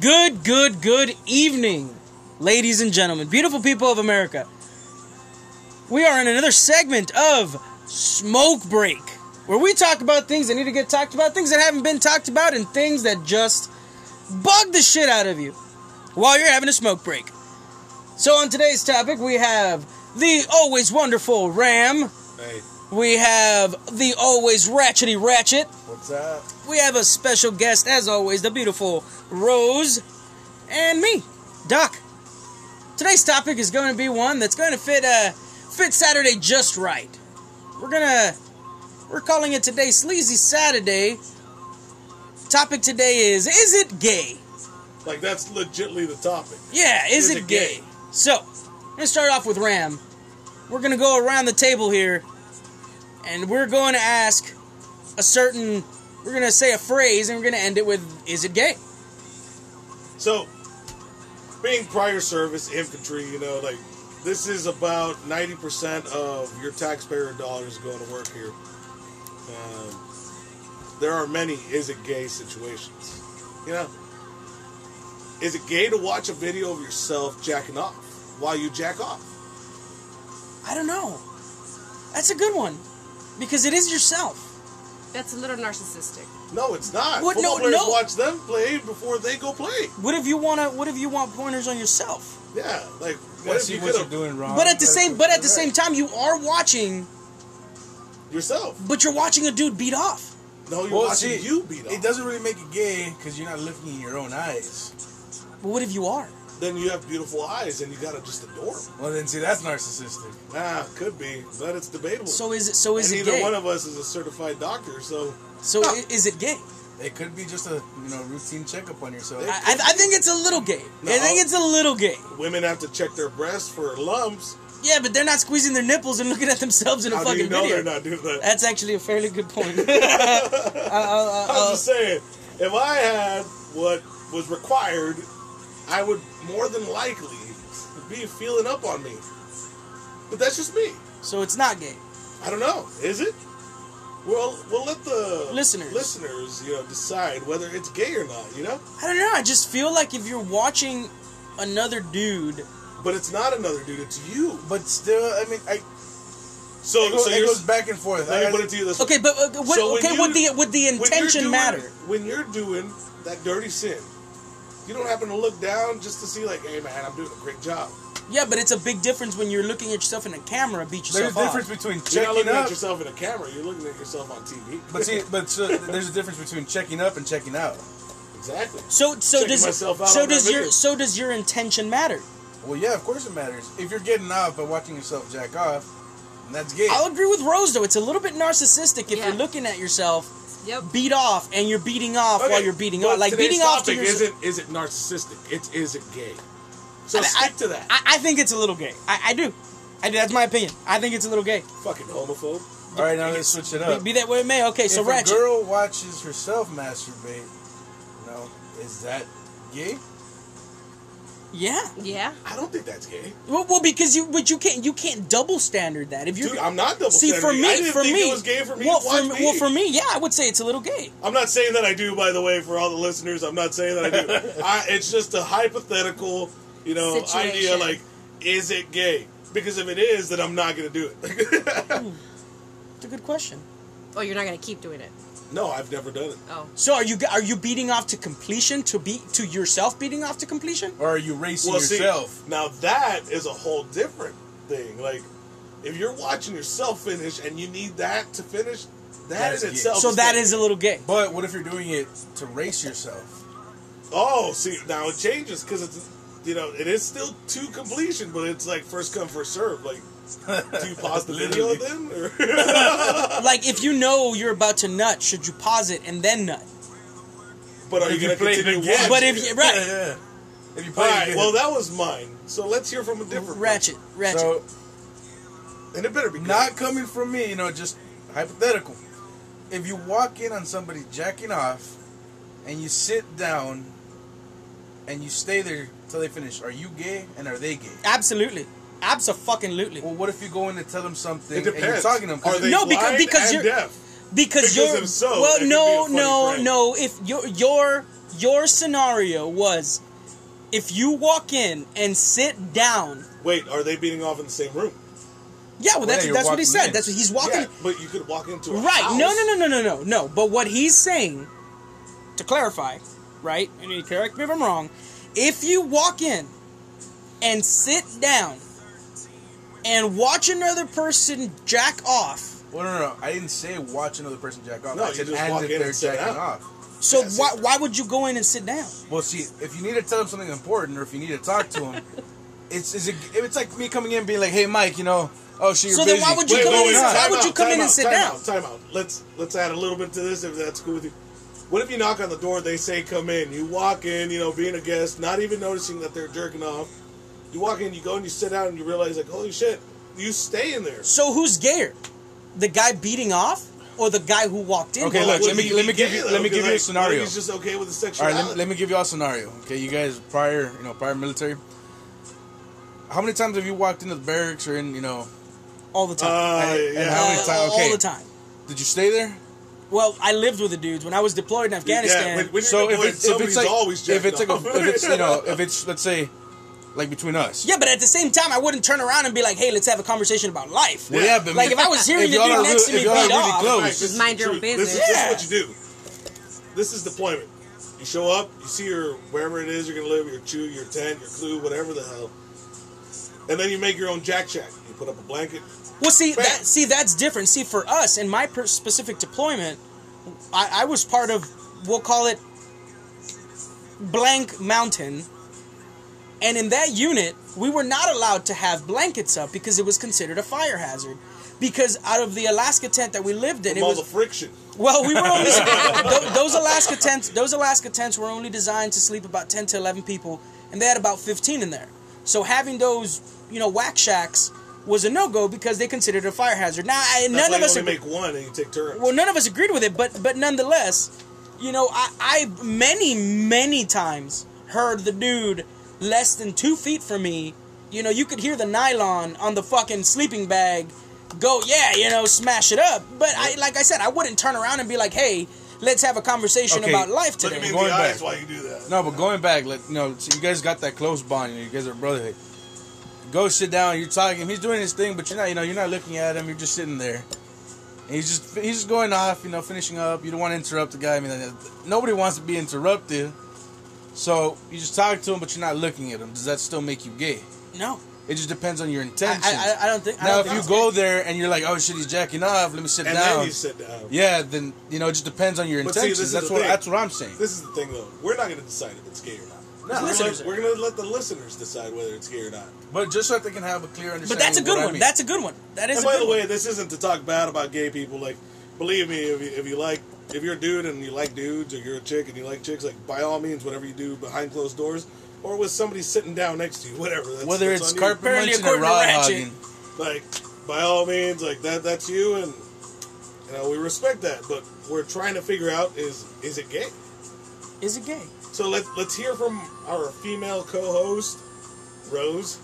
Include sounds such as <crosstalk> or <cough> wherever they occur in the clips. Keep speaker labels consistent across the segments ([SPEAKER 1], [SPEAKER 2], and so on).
[SPEAKER 1] Good, good, good evening, ladies and gentlemen, beautiful people of America. We are in another segment of Smoke Break, where we talk about things that need to get talked about, things that haven't been talked about, and things that just bug the shit out of you while you're having a smoke break. So, on today's topic, we have the always wonderful Ram,
[SPEAKER 2] Hey,
[SPEAKER 1] we have the always ratchety Ratchet,
[SPEAKER 2] what's up?
[SPEAKER 1] we have a special guest, as always, the beautiful Rose, and me, Doc. Today's topic is going to be one that's going to fit uh, fit Saturday just right. We're gonna we're calling it today Sleazy Saturday. Topic today is is it gay?
[SPEAKER 2] Like that's legitly the topic.
[SPEAKER 1] Yeah, is, it, gay? So, I'm gonna start off with Ram. We're gonna go around the table here, and we're going to ask a certain. We're gonna say a phrase, and we're gonna end it with "Is it gay?"
[SPEAKER 2] So, being prior service infantry, you know, like this is about ninety percent of your taxpayer dollars going to work here. Um, there are many is it gay situations. You know, is it gay to watch a video of yourself jacking off while you jack off?
[SPEAKER 1] I don't know. That's a good one because it is yourself.
[SPEAKER 3] That's a little narcissistic.
[SPEAKER 2] No, it's not.
[SPEAKER 1] What? No,
[SPEAKER 2] Football players
[SPEAKER 1] no.
[SPEAKER 2] watch them play before they go play.
[SPEAKER 1] What if you wanna? What if you want pointers on yourself?
[SPEAKER 2] Yeah, like what
[SPEAKER 4] Let's
[SPEAKER 2] if you
[SPEAKER 4] see what
[SPEAKER 2] could
[SPEAKER 4] you're
[SPEAKER 2] have
[SPEAKER 4] doing wrong.
[SPEAKER 1] But at the same, but at the same time, you are watching,
[SPEAKER 2] yourself?
[SPEAKER 1] but you're watching a dude beat off.
[SPEAKER 2] No, you're
[SPEAKER 4] Well,
[SPEAKER 2] watching
[SPEAKER 4] see,
[SPEAKER 2] you beat
[SPEAKER 4] it
[SPEAKER 2] up.
[SPEAKER 4] doesn't really make it gay because you're not looking in your own eyes.
[SPEAKER 1] But what if you are?
[SPEAKER 2] Then you have beautiful eyes and you gotta just adore them.
[SPEAKER 4] Well, then see, that's narcissistic.
[SPEAKER 2] Ah, could be, but it's debatable.
[SPEAKER 1] So is it? So is
[SPEAKER 2] and
[SPEAKER 1] it
[SPEAKER 2] neither
[SPEAKER 1] gay?
[SPEAKER 2] one of us is a certified doctor, so
[SPEAKER 1] so i- is it gay?
[SPEAKER 4] It could be just a you know routine checkup on yourself.
[SPEAKER 1] I, I, I think it's a little gay. I
[SPEAKER 2] No.
[SPEAKER 1] think it's a little gay.
[SPEAKER 2] women have to check their breasts for lumps.
[SPEAKER 1] Yeah, but they're not squeezing their nipples and <laughs> looking at themselves in a
[SPEAKER 2] How do
[SPEAKER 1] fucking
[SPEAKER 2] you know
[SPEAKER 1] video.
[SPEAKER 2] they're not doing that?
[SPEAKER 1] That's actually a fairly good
[SPEAKER 2] <laughs>
[SPEAKER 1] point. I- I- I-
[SPEAKER 2] I'm just saying, if I had what was required, I would more than likely be feeling up on me. But that's just me.
[SPEAKER 1] so it's not gay.
[SPEAKER 2] I don't know. Is it? Well, we'll let the
[SPEAKER 1] Listeners.
[SPEAKER 2] listeners, you know, decide whether it's gay or not. You know.
[SPEAKER 1] I don't know. I just feel like if you're watching another dude,
[SPEAKER 2] But it's not another dude. It's you.
[SPEAKER 4] but still, I mean, I,
[SPEAKER 2] So,
[SPEAKER 4] it, goes,
[SPEAKER 2] so
[SPEAKER 4] it
[SPEAKER 2] you're.
[SPEAKER 4] goes back and forth.
[SPEAKER 2] Let
[SPEAKER 4] I-
[SPEAKER 2] me put it to you this way.
[SPEAKER 1] okay, but uh, what,
[SPEAKER 2] So when
[SPEAKER 1] okay,
[SPEAKER 2] you-
[SPEAKER 1] would the would the
[SPEAKER 2] When you're
[SPEAKER 1] intention
[SPEAKER 2] doing-
[SPEAKER 1] matter?
[SPEAKER 2] When you're doing that dirty sin, you don't happen to look down just to see, like, hey man, I'm doing a great job.
[SPEAKER 1] Yeah, but it's a big difference when you're looking at yourself in a camera, beat
[SPEAKER 4] there's
[SPEAKER 1] yourself
[SPEAKER 4] a difference
[SPEAKER 1] off.
[SPEAKER 4] between
[SPEAKER 2] You're not
[SPEAKER 4] checking
[SPEAKER 2] looking
[SPEAKER 4] up.
[SPEAKER 2] at yourself in a camera. You're looking at yourself on TV. <laughs>
[SPEAKER 4] But see, but so, there's a difference between checking up and checking out.
[SPEAKER 2] exactly.
[SPEAKER 1] So so
[SPEAKER 2] Checking
[SPEAKER 1] does
[SPEAKER 2] myself out
[SPEAKER 1] so
[SPEAKER 2] on that
[SPEAKER 1] does your
[SPEAKER 2] video.
[SPEAKER 1] so does your intention matter?
[SPEAKER 4] Well, yeah, of course it matters. If you're getting off by watching yourself jack off, and that's gay.
[SPEAKER 1] I'll agree with Rose though. It's a little bit narcissistic if
[SPEAKER 3] Yeah.
[SPEAKER 1] you're looking at yourself
[SPEAKER 3] Yep.
[SPEAKER 1] beat off and you're beating off while
[SPEAKER 2] Okay,
[SPEAKER 1] you're beating
[SPEAKER 2] but
[SPEAKER 1] off, like
[SPEAKER 2] today's
[SPEAKER 1] beating off to
[SPEAKER 2] topic
[SPEAKER 1] yourself.
[SPEAKER 2] isn't isn't narcissistic. It's isn't gay. So
[SPEAKER 1] I-
[SPEAKER 2] stick to that.
[SPEAKER 1] I, I think it's a little gay. I, I do. I do. That's my opinion. I think it's a little gay.
[SPEAKER 2] Fucking homophobe.
[SPEAKER 4] All right, now let's switch it
[SPEAKER 1] Be,
[SPEAKER 4] up.
[SPEAKER 1] be that way it may. Okay, so
[SPEAKER 4] if
[SPEAKER 1] Ratchet.
[SPEAKER 4] a girl watches herself masturbate, you know, is that gay?
[SPEAKER 1] yeah.
[SPEAKER 3] Yeah.
[SPEAKER 2] I don't think that's gay,
[SPEAKER 1] Well, well, because you, but you can't, you can't double standard that. If you
[SPEAKER 2] dude. I'm not double
[SPEAKER 1] see for
[SPEAKER 2] standard.
[SPEAKER 1] me,
[SPEAKER 2] I didn't
[SPEAKER 1] for
[SPEAKER 2] think
[SPEAKER 1] me,
[SPEAKER 2] it was gay for me
[SPEAKER 1] well,
[SPEAKER 2] to watch
[SPEAKER 1] for,
[SPEAKER 2] me.
[SPEAKER 1] well, for me, yeah, I would say it's a little gay.
[SPEAKER 2] I'm not saying that I do, by the way, for all the listeners. I'm not saying that I
[SPEAKER 4] <laughs>
[SPEAKER 2] do. I, it's just a hypothetical, you know, idea.
[SPEAKER 3] Situation.
[SPEAKER 2] Like, is it gay? Because if it is, then I'm not gonna do it. <laughs>
[SPEAKER 1] It's a good question.
[SPEAKER 3] Oh, you're not gonna keep doing it.
[SPEAKER 2] no, I've never done it.
[SPEAKER 3] Oh.
[SPEAKER 1] So are you, are you beating off to completion to be to yourself beating off to completion?
[SPEAKER 4] Or are you racing
[SPEAKER 2] Well,
[SPEAKER 4] yourself?
[SPEAKER 2] see, now that is a whole different thing. Like, if you're watching yourself finish and you need that to finish, that
[SPEAKER 4] That's
[SPEAKER 2] in
[SPEAKER 4] gay.
[SPEAKER 2] itself.
[SPEAKER 1] So that
[SPEAKER 2] gay.
[SPEAKER 1] is a little gay.
[SPEAKER 4] But what if you're doing it to race yourself?
[SPEAKER 2] Oh, see, now it changes because it's, you know, it is still to completion, but it's like first come first serve. Like, do you pause the video then? Or
[SPEAKER 1] Like if you know you're about to nut, should you pause it and then nut?
[SPEAKER 2] But are
[SPEAKER 4] If
[SPEAKER 2] you
[SPEAKER 4] you
[SPEAKER 2] going to
[SPEAKER 4] play the
[SPEAKER 2] continue
[SPEAKER 4] game.
[SPEAKER 2] watching?
[SPEAKER 1] But if you,
[SPEAKER 4] Yeah,
[SPEAKER 1] right,
[SPEAKER 4] yeah. If you
[SPEAKER 2] all
[SPEAKER 4] play it
[SPEAKER 2] right,
[SPEAKER 4] gay.
[SPEAKER 2] well, that was mine. So let's hear from a different
[SPEAKER 1] ratchet, ratchet.
[SPEAKER 4] so
[SPEAKER 2] person. and it better be
[SPEAKER 4] not
[SPEAKER 2] good.
[SPEAKER 4] coming from me, you know, just hypothetical. If you walk in on somebody jacking off, and you sit down, and you stay there till they finish, are you gay and are they gay?
[SPEAKER 1] Absolutely, absolutely.
[SPEAKER 4] Well, what if you go in to tell them something
[SPEAKER 2] It
[SPEAKER 4] and you're
[SPEAKER 2] depends.
[SPEAKER 4] talking to them?
[SPEAKER 2] Are they
[SPEAKER 1] No, because-
[SPEAKER 2] blind
[SPEAKER 1] because
[SPEAKER 2] and
[SPEAKER 1] you're-
[SPEAKER 2] deaf?
[SPEAKER 1] because
[SPEAKER 2] Because
[SPEAKER 1] you're
[SPEAKER 2] if so, that
[SPEAKER 1] well,
[SPEAKER 2] could
[SPEAKER 1] no,
[SPEAKER 2] be a funny
[SPEAKER 1] no,
[SPEAKER 2] prank.
[SPEAKER 1] no. If your your your scenario was, if you walk in and sit down,
[SPEAKER 2] Wait, are they beating off in the same room?
[SPEAKER 1] yeah, well,
[SPEAKER 4] Well,
[SPEAKER 1] that's
[SPEAKER 4] yeah, you're
[SPEAKER 1] that's what he
[SPEAKER 4] walking
[SPEAKER 1] said.
[SPEAKER 4] in.
[SPEAKER 1] That's what he's walking.
[SPEAKER 2] Yeah, but you could walk into a
[SPEAKER 1] Right?
[SPEAKER 2] house.
[SPEAKER 1] No, no, no, no, no, no, no. But what he's saying, to clarify, right? And you correct me if I'm wrong. If you walk in and sit down and watch another person jack off.
[SPEAKER 4] Well, no, no, no. I didn't say watch another person jack off.
[SPEAKER 2] No,
[SPEAKER 4] I
[SPEAKER 2] you
[SPEAKER 4] said
[SPEAKER 2] just
[SPEAKER 4] as
[SPEAKER 2] walk
[SPEAKER 4] if
[SPEAKER 2] in
[SPEAKER 4] they're
[SPEAKER 2] and sit
[SPEAKER 4] jacking
[SPEAKER 2] down.
[SPEAKER 4] off.
[SPEAKER 1] So
[SPEAKER 2] Yeah, sit
[SPEAKER 1] why
[SPEAKER 2] down.
[SPEAKER 1] why would you go in and sit down?
[SPEAKER 4] Well, see, if you need to tell them something important or if you need to talk to
[SPEAKER 2] <laughs>
[SPEAKER 4] them, it's is it, it's like me coming in and being like, hey, Mike, you know, oh, shit, you're
[SPEAKER 1] So then
[SPEAKER 4] busy.
[SPEAKER 1] why would you come in and
[SPEAKER 2] time
[SPEAKER 1] why would
[SPEAKER 2] out,
[SPEAKER 1] you come
[SPEAKER 2] time
[SPEAKER 1] in and
[SPEAKER 2] out,
[SPEAKER 1] sit
[SPEAKER 2] time
[SPEAKER 1] down?
[SPEAKER 2] Out, time out. Let's let's add a little bit to this if that's cool with you. What if you knock on the door? They say come in. You walk in. You know, being a guest, not even noticing that they're jerking off. You walk in. You go and you sit down, and you realize like, holy shit, you stay in there.
[SPEAKER 1] So who's gayer, the guy beating off or the guy who walked in?
[SPEAKER 4] Okay, look,
[SPEAKER 2] Would
[SPEAKER 4] let me-
[SPEAKER 2] he
[SPEAKER 4] let me
[SPEAKER 2] be
[SPEAKER 4] give
[SPEAKER 2] gay,
[SPEAKER 4] you-
[SPEAKER 2] though?
[SPEAKER 4] let me give you a
[SPEAKER 2] Like, what if
[SPEAKER 4] scenario.
[SPEAKER 2] He's just okay with the
[SPEAKER 4] All right,
[SPEAKER 2] sexuality.
[SPEAKER 4] let me, let me give y'all a scenario. Okay, you guys prior, you know, prior military. How many times have you walked into the barracks or in, you know,
[SPEAKER 1] all the time.
[SPEAKER 2] Uh,
[SPEAKER 4] And- and
[SPEAKER 2] yeah.
[SPEAKER 4] how many
[SPEAKER 1] Uh,
[SPEAKER 4] times-
[SPEAKER 1] All
[SPEAKER 4] okay.
[SPEAKER 1] the time.
[SPEAKER 4] did you stay there?
[SPEAKER 1] Well, I lived with the dudes when I was deployed in Afghanistan.
[SPEAKER 2] when- when-
[SPEAKER 4] So if,
[SPEAKER 2] Boy,
[SPEAKER 4] it, if
[SPEAKER 2] somebody's
[SPEAKER 4] it's like,
[SPEAKER 2] always
[SPEAKER 4] if
[SPEAKER 2] jacking
[SPEAKER 4] it's like, a,
[SPEAKER 2] off.
[SPEAKER 4] if it's you know, if it's let's say, like between us.
[SPEAKER 1] yeah, but at the same time, I wouldn't turn around and be like, "Hey, let's have a conversation about life."
[SPEAKER 4] Well, yeah, but
[SPEAKER 1] like
[SPEAKER 4] me-
[SPEAKER 1] if I was hearing
[SPEAKER 4] if
[SPEAKER 1] the
[SPEAKER 4] y'all
[SPEAKER 1] dude
[SPEAKER 4] are
[SPEAKER 1] <laughs> next to
[SPEAKER 4] really-
[SPEAKER 1] me
[SPEAKER 4] if y'all are
[SPEAKER 1] beat
[SPEAKER 4] really
[SPEAKER 1] off,
[SPEAKER 4] close-
[SPEAKER 2] Right, this
[SPEAKER 3] Just
[SPEAKER 2] is
[SPEAKER 3] mind
[SPEAKER 2] the
[SPEAKER 3] your own
[SPEAKER 2] truth. This is,
[SPEAKER 1] business.
[SPEAKER 2] this is what you do. This is deployment. You show up, you see your wherever it is you're gonna live, your chew, your tent, your clue, whatever the hell, and then you make your own jack shack. You put up a blanket.
[SPEAKER 1] Well, see,
[SPEAKER 2] Bam.
[SPEAKER 1] that, see, that's different. See, for us in my per- specific deployment, I, I was part of, we'll call it, blank mountain, and in that unit, we were not allowed to have blankets up because it was considered a fire hazard. Because out of the Alaska tent that we lived in,
[SPEAKER 2] From
[SPEAKER 1] it
[SPEAKER 2] all
[SPEAKER 1] was
[SPEAKER 2] the friction.
[SPEAKER 1] well, we were only tho- those Alaska tents. Those Alaska tents were only designed to sleep about ten to eleven people, and they had about fifteen in there. So having those, you know, whack shacks was a no go because they considered it a fire hazard. Now, I,
[SPEAKER 2] That's
[SPEAKER 1] none
[SPEAKER 2] why
[SPEAKER 1] of
[SPEAKER 2] you
[SPEAKER 1] us
[SPEAKER 2] only
[SPEAKER 1] agree-
[SPEAKER 2] make one and you take turns.
[SPEAKER 1] well, none of us agreed with it, but but nonetheless, you know, I I many many times heard the dude less than two feet from me. You know, you could hear the nylon on the fucking sleeping bag go, yeah, you know, smash it up. But I, like I said, I wouldn't turn around and be like, hey, let's have a conversation
[SPEAKER 4] Okay,
[SPEAKER 1] about life
[SPEAKER 2] Look at me
[SPEAKER 1] today.
[SPEAKER 2] in the
[SPEAKER 4] Going
[SPEAKER 2] eyes
[SPEAKER 4] back.
[SPEAKER 2] while you do that.
[SPEAKER 4] No, but going back, like you know, so you guys got that close bond. You, know, you guys are brotherhood. Go sit down. You're talking. He's doing his thing, but you're not. You know, you're not looking at him. You're just sitting there. And he's just he's just going off. You know, finishing up. You don't want to interrupt the guy. I mean, uh, nobody wants to be interrupted. So you just talk to him, but you're not looking at him. Does that still make you gay?
[SPEAKER 1] No,
[SPEAKER 4] It just depends on your
[SPEAKER 1] I,
[SPEAKER 4] intention.
[SPEAKER 1] I, I don't think. I
[SPEAKER 4] now,
[SPEAKER 1] don't
[SPEAKER 4] if you
[SPEAKER 1] think-
[SPEAKER 4] go there and you're like, "Oh shit, he's jacking off. Let me sit
[SPEAKER 2] And
[SPEAKER 4] down."
[SPEAKER 2] then you sit down.
[SPEAKER 4] yeah, then you know it just depends on your
[SPEAKER 2] But see,
[SPEAKER 4] intentions.
[SPEAKER 2] this is
[SPEAKER 4] that's
[SPEAKER 2] the
[SPEAKER 4] what
[SPEAKER 2] thing.
[SPEAKER 4] that's what I'm saying.
[SPEAKER 2] This is the thing, though. We're not going to decide if it's gay or not.
[SPEAKER 1] No.
[SPEAKER 2] we're, gonna
[SPEAKER 1] Listeners
[SPEAKER 2] let, we're gonna let the listeners decide whether it's gay or not.
[SPEAKER 4] But just so that they can have a clear understanding.
[SPEAKER 1] but that's a
[SPEAKER 4] of
[SPEAKER 1] good
[SPEAKER 4] what I
[SPEAKER 1] one.
[SPEAKER 4] mean.
[SPEAKER 1] That's a good one. That is.
[SPEAKER 2] And
[SPEAKER 1] a
[SPEAKER 2] by
[SPEAKER 1] good
[SPEAKER 2] the
[SPEAKER 1] one.
[SPEAKER 2] way, this isn't to talk bad about gay people. Like, believe me, if you, if you like, if you're a dude and you like dudes, or you're a chick and you like chicks, like by all means, whatever you do behind closed doors, or with somebody sitting down next to you, <laughs> whatever. That's,
[SPEAKER 4] whether
[SPEAKER 2] that's
[SPEAKER 4] it's
[SPEAKER 2] on you.
[SPEAKER 4] carpet
[SPEAKER 1] Apparently,
[SPEAKER 4] munching or
[SPEAKER 1] according to
[SPEAKER 4] rod
[SPEAKER 1] Ratchet-
[SPEAKER 2] <laughs>
[SPEAKER 4] hogging.
[SPEAKER 2] like by all means, like that, that's you, and you know we respect that. But we're trying to figure out is is it gay?
[SPEAKER 1] is it gay?
[SPEAKER 2] So let's let's hear from our female co-host, Rose.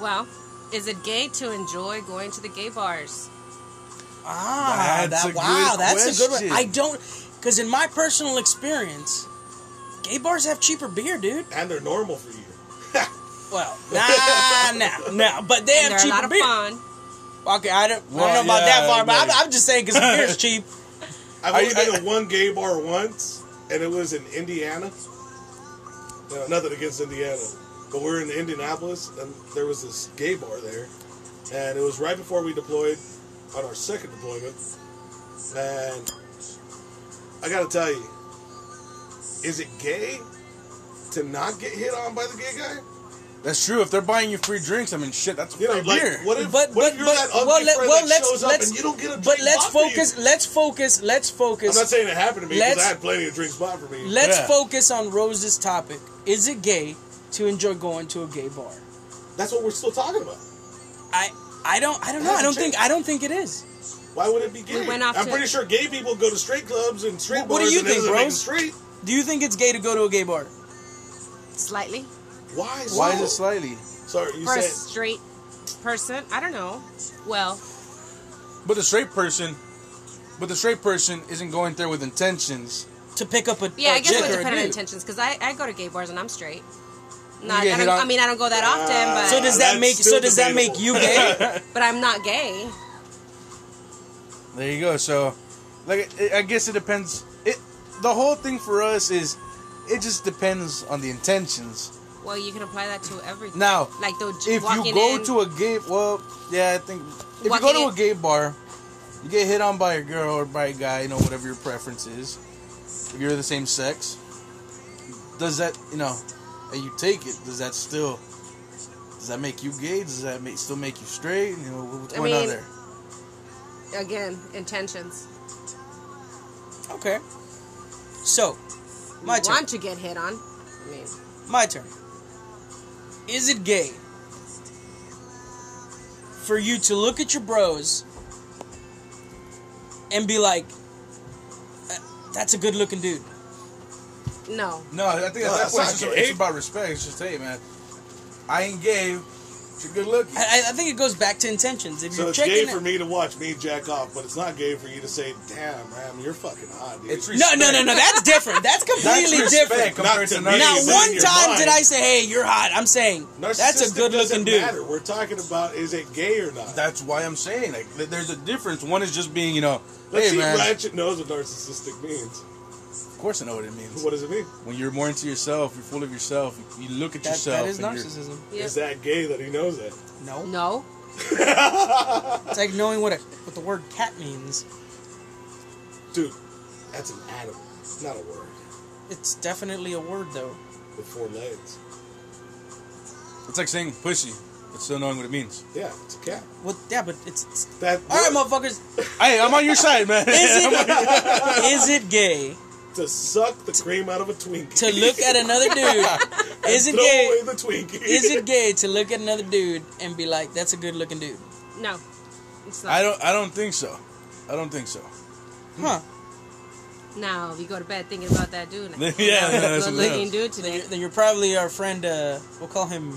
[SPEAKER 3] Well, is it gay to enjoy going to the gay bars?
[SPEAKER 1] Ah,
[SPEAKER 4] That's
[SPEAKER 1] that,
[SPEAKER 4] a
[SPEAKER 1] wow,
[SPEAKER 4] good
[SPEAKER 1] that's a good one.
[SPEAKER 4] question.
[SPEAKER 1] I don't, because in my personal experience, gay bars have cheaper beer, dude.
[SPEAKER 2] And they're normal for you.
[SPEAKER 1] Well,
[SPEAKER 2] <laughs>
[SPEAKER 1] nah, nah, nah, but they
[SPEAKER 3] and
[SPEAKER 1] have
[SPEAKER 3] they're a lot
[SPEAKER 1] cheaper
[SPEAKER 3] of
[SPEAKER 1] beer.
[SPEAKER 3] fun.
[SPEAKER 1] Okay, I don't, I
[SPEAKER 4] Well,
[SPEAKER 1] don't know about that
[SPEAKER 4] yeah,
[SPEAKER 1] far, but
[SPEAKER 4] like-
[SPEAKER 1] I'm, I'm just saying because beer's cheap.
[SPEAKER 2] I've
[SPEAKER 4] Are
[SPEAKER 2] only
[SPEAKER 4] you-
[SPEAKER 2] been
[SPEAKER 4] I-
[SPEAKER 2] to one gay bar once, and it was in Indiana. Uh, nothing against Indiana, but we were in Indianapolis, and there was this gay bar there, and it was right before we deployed on our second deployment. And I gotta tell you, is it gay to not get hit on by the gay guy?
[SPEAKER 4] That's true. If they're buying you free drinks, I mean, shit, that's
[SPEAKER 2] You know,
[SPEAKER 4] free
[SPEAKER 2] like
[SPEAKER 4] beer.
[SPEAKER 2] <laughs> what if,
[SPEAKER 1] But-
[SPEAKER 2] what
[SPEAKER 1] but-
[SPEAKER 2] if you're
[SPEAKER 1] but-
[SPEAKER 2] that ugly
[SPEAKER 1] well, let-
[SPEAKER 2] friend
[SPEAKER 1] well,
[SPEAKER 2] that
[SPEAKER 1] let's-
[SPEAKER 2] shows up
[SPEAKER 1] let's-
[SPEAKER 2] and you don't get a drink?
[SPEAKER 1] But let's
[SPEAKER 2] bought for you?
[SPEAKER 1] focus. Let's focus. Let's
[SPEAKER 2] I'm not
[SPEAKER 1] focus.
[SPEAKER 2] saying it happened to me because
[SPEAKER 1] let's-
[SPEAKER 2] I had plenty of drinks bought for me.
[SPEAKER 1] Let's
[SPEAKER 4] Yeah.
[SPEAKER 1] focus on Rose's topic. Is it gay to enjoy going to a gay bar?
[SPEAKER 2] That's what we're still talking about.
[SPEAKER 1] I, I don't, I don't know. I don't think, I don't think it is.
[SPEAKER 2] Why would it be gay?
[SPEAKER 3] We went off
[SPEAKER 2] I'm
[SPEAKER 3] to-
[SPEAKER 2] pretty sure gay people go to straight clubs and straight
[SPEAKER 1] What- what do
[SPEAKER 2] bars
[SPEAKER 1] you
[SPEAKER 2] and
[SPEAKER 1] think,
[SPEAKER 2] it doesn't make
[SPEAKER 1] Rose?
[SPEAKER 2] Straight.
[SPEAKER 1] Do you think it's gay to go to a gay bar?
[SPEAKER 3] Slightly.
[SPEAKER 2] Why?
[SPEAKER 4] Why is
[SPEAKER 2] so?
[SPEAKER 4] it slightly?
[SPEAKER 2] Sorry, you
[SPEAKER 3] For a
[SPEAKER 2] said.
[SPEAKER 3] straight person. I don't know. Well,
[SPEAKER 4] But the straight person, But the straight person isn't going there with intentions.
[SPEAKER 1] to pick up a
[SPEAKER 3] Yeah,
[SPEAKER 1] a
[SPEAKER 3] I guess it
[SPEAKER 1] chick
[SPEAKER 3] would
[SPEAKER 1] or a
[SPEAKER 3] depend on
[SPEAKER 1] dude.
[SPEAKER 3] intentions because I, I go to gay bars and I'm straight.
[SPEAKER 4] You
[SPEAKER 3] Not,
[SPEAKER 4] get
[SPEAKER 3] I,
[SPEAKER 4] hit
[SPEAKER 3] don't,
[SPEAKER 4] on-
[SPEAKER 3] I mean, I don't go that often, but
[SPEAKER 1] So does that
[SPEAKER 2] That's
[SPEAKER 1] make so
[SPEAKER 2] still
[SPEAKER 1] does that make you
[SPEAKER 2] debatable.
[SPEAKER 1] gay?
[SPEAKER 3] but I'm not gay.
[SPEAKER 4] There you go. So, like, it, I guess it depends. It the whole thing for us is, it just depends on the intentions.
[SPEAKER 3] Well, you can apply that to everything.
[SPEAKER 4] Now,
[SPEAKER 3] like the
[SPEAKER 4] If you go to a gay, well, yeah, I think if you
[SPEAKER 3] Walking
[SPEAKER 4] go to
[SPEAKER 3] in-
[SPEAKER 4] a gay bar, you get hit on by a girl or by a guy, you know, whatever your preference is. If you're the same sex, does that, you know, and you take it, does that still, does that make you gay? Does that make, still make you straight? You know, what's
[SPEAKER 3] I
[SPEAKER 4] going on
[SPEAKER 3] mean-
[SPEAKER 4] there?
[SPEAKER 3] again intentions.
[SPEAKER 1] <laughs> okay. So, my
[SPEAKER 3] you
[SPEAKER 1] turn.
[SPEAKER 3] want to get hit on? I mean,
[SPEAKER 1] My turn. Is it gay for you to look at your bros and be like, "Uh, "That's a good-looking dude"?
[SPEAKER 3] no.
[SPEAKER 4] No, I think
[SPEAKER 2] No,
[SPEAKER 4] at that
[SPEAKER 2] that's
[SPEAKER 4] point
[SPEAKER 2] not
[SPEAKER 4] it's, just,
[SPEAKER 2] gay.
[SPEAKER 4] it's about respect. It's just, hey, man, I ain't gay. but You're good looking.
[SPEAKER 1] I- I, I think it goes back to intentions. If
[SPEAKER 2] So
[SPEAKER 1] you're
[SPEAKER 2] it's
[SPEAKER 1] checking
[SPEAKER 2] gay
[SPEAKER 1] it-
[SPEAKER 2] for me to watch me jack off, but it's not gay for you to say, "Damn, man, you're fucking hot, dude."
[SPEAKER 4] It's
[SPEAKER 1] no, no, no, no.
[SPEAKER 4] respect.
[SPEAKER 1] That's different. That's
[SPEAKER 2] <laughs>
[SPEAKER 4] That's
[SPEAKER 1] completely
[SPEAKER 4] respect
[SPEAKER 1] different.
[SPEAKER 4] compared
[SPEAKER 2] Not to
[SPEAKER 4] to
[SPEAKER 2] me.
[SPEAKER 4] nothing.
[SPEAKER 1] Not
[SPEAKER 2] It's in
[SPEAKER 1] one
[SPEAKER 2] your
[SPEAKER 1] time
[SPEAKER 2] mind.
[SPEAKER 1] did I say, "Hey, you're hot." I'm saying that's a
[SPEAKER 2] Narcissistic
[SPEAKER 1] good-looking
[SPEAKER 2] doesn't
[SPEAKER 1] dude.
[SPEAKER 2] Matter. We're talking about is it gay or not?
[SPEAKER 4] That's why I'm saying like th- there's a difference. One is just being, you know,
[SPEAKER 2] Let's see
[SPEAKER 4] hey man.
[SPEAKER 2] if Ratchet knows what narcissistic means.
[SPEAKER 4] Of course, I know what it means.
[SPEAKER 2] What does it mean?
[SPEAKER 4] When you're more into yourself, you're full of yourself. you- You look at
[SPEAKER 1] That,
[SPEAKER 4] yourself.
[SPEAKER 1] that is
[SPEAKER 4] and you're-
[SPEAKER 1] narcissism.
[SPEAKER 3] Yeah.
[SPEAKER 2] Is that gay that he knows that?
[SPEAKER 1] No,
[SPEAKER 3] No.
[SPEAKER 1] it's like knowing what a, what the word "cat" means.
[SPEAKER 2] Dude, that's an animal. It's not a word.
[SPEAKER 1] It's definitely a word, though.
[SPEAKER 2] With four legs.
[SPEAKER 4] It's like saying pussy, but still knowing what it means.
[SPEAKER 2] Yeah, it's a cat.
[SPEAKER 1] Well, yeah, but it's, it's
[SPEAKER 2] That
[SPEAKER 1] all right,
[SPEAKER 2] word
[SPEAKER 1] motherfuckers.
[SPEAKER 4] hey, I'm on your side,
[SPEAKER 1] <laughs>
[SPEAKER 4] man.
[SPEAKER 1] Is
[SPEAKER 2] <laughs>
[SPEAKER 1] it, is it gay
[SPEAKER 2] to suck the cream out of a Twinkie.
[SPEAKER 1] to
[SPEAKER 2] <laughs>
[SPEAKER 1] look at another dude? Is it
[SPEAKER 2] Throw
[SPEAKER 1] gay?
[SPEAKER 2] away the Twinkie.
[SPEAKER 1] Is it gay to look at another dude and be like, "That's a good-looking dude"?
[SPEAKER 3] No. It's not.
[SPEAKER 4] <laughs> I don't. I don't think so. I don't
[SPEAKER 1] <laughs>
[SPEAKER 4] think so.
[SPEAKER 2] Hmm.
[SPEAKER 1] Huh?
[SPEAKER 3] No, we go to bed thinking about that
[SPEAKER 4] <laughs>
[SPEAKER 3] dude. Like,
[SPEAKER 4] Yeah, no, that's
[SPEAKER 3] good
[SPEAKER 4] something
[SPEAKER 3] looking
[SPEAKER 4] else.
[SPEAKER 3] dude today.
[SPEAKER 1] Then you're probably our friend. Uh, we'll call him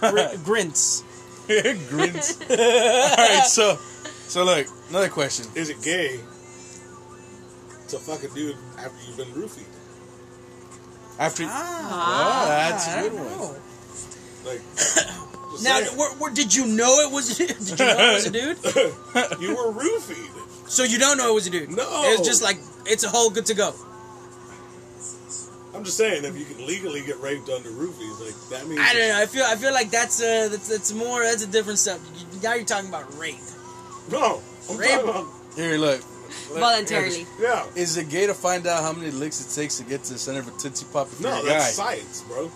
[SPEAKER 1] Gr- Grints.
[SPEAKER 4] <laughs> Grins. All right, so, so look, another question.
[SPEAKER 2] <laughs> Is it gay to fuck a dude after you've been roofied?
[SPEAKER 4] After
[SPEAKER 1] Ah,
[SPEAKER 4] Oh, that's a
[SPEAKER 1] I
[SPEAKER 4] good
[SPEAKER 1] don't
[SPEAKER 4] one.
[SPEAKER 1] know. <coughs>
[SPEAKER 2] Like, just
[SPEAKER 1] Now,
[SPEAKER 2] saying.
[SPEAKER 1] where, where, did you know it was? <laughs> did you know it was a dude?
[SPEAKER 2] <laughs> you were roofied.
[SPEAKER 1] So you don't know it was a dude?
[SPEAKER 2] No.
[SPEAKER 1] It's just like it's a whole good to go.
[SPEAKER 2] I'm just saying, if you can legally get raped under roofies, like that means
[SPEAKER 1] I don't know. I feel I feel like that's uh that's, that's more that's a different subject. You- Now you're talking about rape.
[SPEAKER 2] No, I'm
[SPEAKER 1] Rape.
[SPEAKER 2] talking about
[SPEAKER 4] here, look.
[SPEAKER 3] Voluntarily.
[SPEAKER 2] yeah.
[SPEAKER 4] Is it gay to find out how many licks it takes to get to the center of a tootsie pop if
[SPEAKER 2] No,
[SPEAKER 4] you're a guy?
[SPEAKER 2] that's science,
[SPEAKER 1] <laughs>
[SPEAKER 2] bro.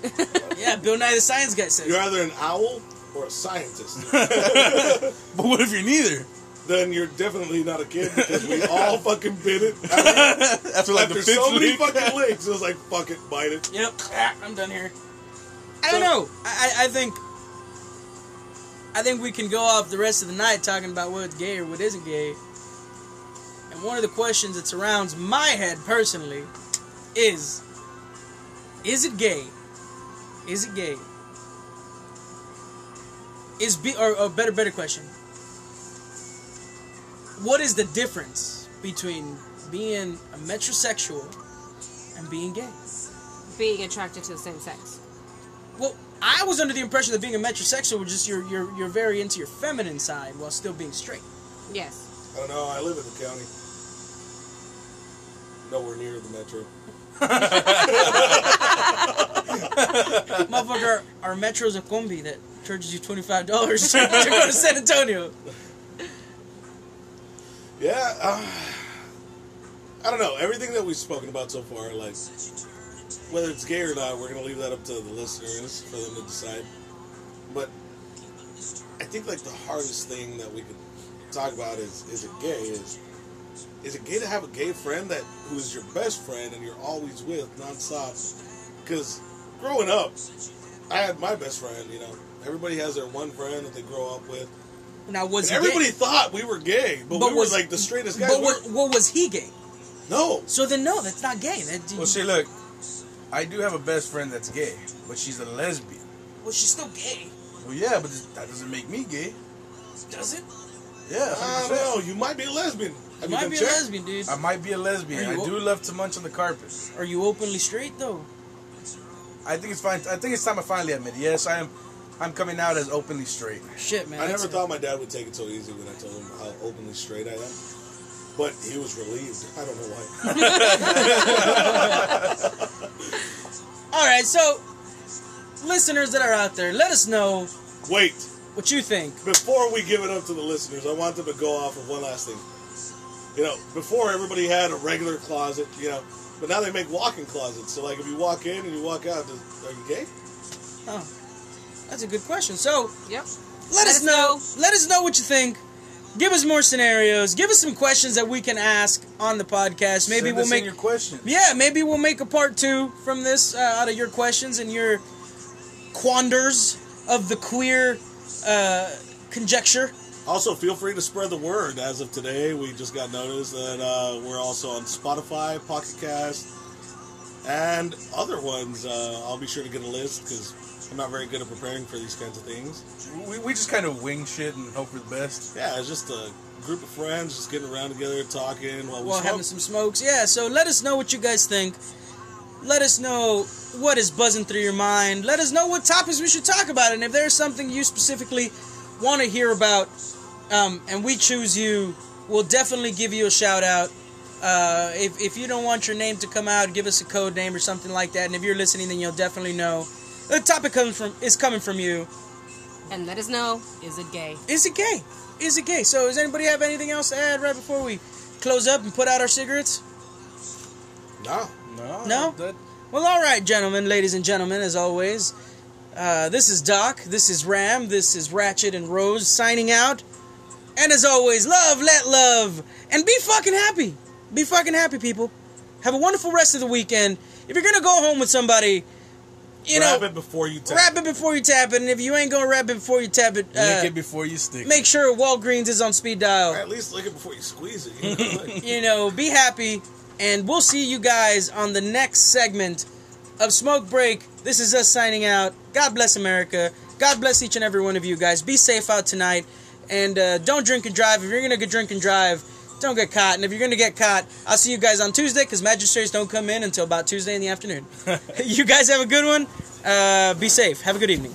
[SPEAKER 1] Yeah, Bill Nye the Science Guy says.
[SPEAKER 2] You're either an owl or
[SPEAKER 1] <laughs>
[SPEAKER 2] a scientist.
[SPEAKER 4] but what if you're neither?
[SPEAKER 2] then you're definitely not a kid because we
[SPEAKER 1] <laughs>
[SPEAKER 2] all fucking bit it.
[SPEAKER 4] <laughs> After like
[SPEAKER 2] After
[SPEAKER 4] the fifth
[SPEAKER 2] so many
[SPEAKER 4] lick?
[SPEAKER 2] fucking legs, it was like fuck it, bite it.
[SPEAKER 1] Yep. Ah, I'm done here. I don't
[SPEAKER 2] So-
[SPEAKER 1] know. I, I I think I think we can go off the rest of the night talking about what's gay or what isn't gay. And one of the questions that surrounds my head personally is is it gay? Is it gay? Is be or a better better question. What is the difference between being a metrosexual and being gay?
[SPEAKER 3] Being attracted to the same sex.
[SPEAKER 1] Well, I was under the impression that being a metrosexual was just you're you're you're very into your feminine side while still being
[SPEAKER 2] <laughs>
[SPEAKER 1] straight.
[SPEAKER 3] Yes.
[SPEAKER 2] I don't know. Oh, I live in the county, nowhere near the metro.
[SPEAKER 1] Motherfucker, our metro's a combi that charges you twenty five dollars <laughs> to go to San Antonio.
[SPEAKER 2] Yeah, uh, I don't know. Everything that we've spoken about so far, like whether it's gay or not, we're gonna leave that up to the listeners for them to decide. But I think like the hardest thing that we could talk about is is it gay? Is is it gay to have a gay friend that who's your best friend and you're always with nonstop? Because growing up, I had my best friend. You know, everybody has their one friend that they grow up with.
[SPEAKER 1] Now was he
[SPEAKER 2] And everybody
[SPEAKER 1] gay?
[SPEAKER 2] thought we were gay, but, we
[SPEAKER 1] was
[SPEAKER 2] were like the straightest guys.
[SPEAKER 1] But
[SPEAKER 2] We
[SPEAKER 1] was,
[SPEAKER 2] were-
[SPEAKER 1] well, was he gay?
[SPEAKER 2] no,
[SPEAKER 1] So then no, that's not gay. That,
[SPEAKER 4] Well, see, look, I do have a best friend that's gay, but she's a lesbian.
[SPEAKER 1] well, she's still gay,
[SPEAKER 4] Well, yeah, but that doesn't make me gay.
[SPEAKER 1] does it?
[SPEAKER 4] Yeah,
[SPEAKER 2] Ah, I don't know. You might be a lesbian.
[SPEAKER 1] You
[SPEAKER 2] Have you
[SPEAKER 1] might
[SPEAKER 2] been
[SPEAKER 1] be a
[SPEAKER 2] checked?
[SPEAKER 1] lesbian, dude.
[SPEAKER 4] I might be a lesbian.
[SPEAKER 1] Are you
[SPEAKER 4] I
[SPEAKER 1] o-
[SPEAKER 4] do love to munch on the carpet.
[SPEAKER 1] Are you openly straight though?
[SPEAKER 4] I think it's fine. I think it's time I finally admit. it. Yes, I am. I'm coming out as openly straight.
[SPEAKER 1] Shit, man.
[SPEAKER 2] I
[SPEAKER 1] that's
[SPEAKER 2] never
[SPEAKER 1] a-
[SPEAKER 2] thought my dad would take it so easy when I told him how openly straight I am. But he was relieved. I don't know
[SPEAKER 1] <laughs>
[SPEAKER 2] why.
[SPEAKER 1] All right, so listeners that are out there, let us know
[SPEAKER 2] Wait,
[SPEAKER 1] what you think.
[SPEAKER 2] before we give it up to the listeners, I want them to go off of one last thing. You know, before everybody had a regular closet, you know, but now they make walk-in closets. So, like, if you walk in and you walk out, does, are you gay?
[SPEAKER 1] Huh. That's a good question. So
[SPEAKER 3] Yep.
[SPEAKER 1] let, us know. Let us know what you think. Give us more scenarios. Give us some questions that we can ask on the podcast. Maybe
[SPEAKER 4] Send
[SPEAKER 1] we'll
[SPEAKER 4] us in
[SPEAKER 1] make
[SPEAKER 4] your question.
[SPEAKER 1] yeah, maybe we'll make a part two from this uh, out of your questions and your quanders of the queer uh, conjecture.
[SPEAKER 2] Also, feel free to spread the word. As of today, we just got notice that uh, we're also on Spotify, Pocket Cast, and other ones. Uh, I'll be sure to get a list because I'm not very good at preparing for these kinds of things.
[SPEAKER 4] We, we just kind of wing shit and hope for the best.
[SPEAKER 2] Yeah, it's just a group of friends just getting around together, talking while we
[SPEAKER 1] while
[SPEAKER 2] smoke.
[SPEAKER 1] having some smokes. Yeah, so let us know what you guys think. Let us know what is buzzing through your mind. Let us know what topics we should talk about, and if there's something you specifically want to hear about, um, and we choose you, we'll definitely give you a shout out. Uh, if, if you don't want your name to come out, give us a code name or something like that. And if you're listening, then you'll definitely know the topic comes from is coming from you.
[SPEAKER 3] And let us know, is it gay?
[SPEAKER 1] Is it gay? Is it gay? So does anybody have anything else to add right before we close up and put out our cigarettes?
[SPEAKER 2] no,
[SPEAKER 4] No.
[SPEAKER 1] No?
[SPEAKER 4] That,
[SPEAKER 1] Well, all right, gentlemen, ladies and gentlemen, as always, uh, this is Doc, this is Ram, this is Ratchet and Rose signing out. And as always, love, let love, and be fucking happy. Be fucking happy, people. Have a wonderful rest of the weekend. If you're gonna go home with somebody, you
[SPEAKER 2] grab
[SPEAKER 1] know,
[SPEAKER 2] it before you tap.
[SPEAKER 1] wrap it before you tap it. And if you ain't gonna wrap it before you tap it,
[SPEAKER 4] lick
[SPEAKER 1] uh,
[SPEAKER 4] it before you stick.
[SPEAKER 1] make sure Walgreens is on speed dial
[SPEAKER 2] At least lick it before you squeeze it. You
[SPEAKER 1] <laughs>
[SPEAKER 2] know? like,
[SPEAKER 1] you know, be happy, and we'll see you guys on the next segment of Smoke Break. This is us signing out. God bless America. God bless each and every one of you guys. Be safe out tonight, and uh, don't drink and drive. If you're gonna go drink and drive, don't get caught. And if you're gonna get caught, I'll see you guys on Tuesday because magistrates don't come in until about Tuesday in the afternoon. you guys have a good one. Uh, be safe. Have a good evening.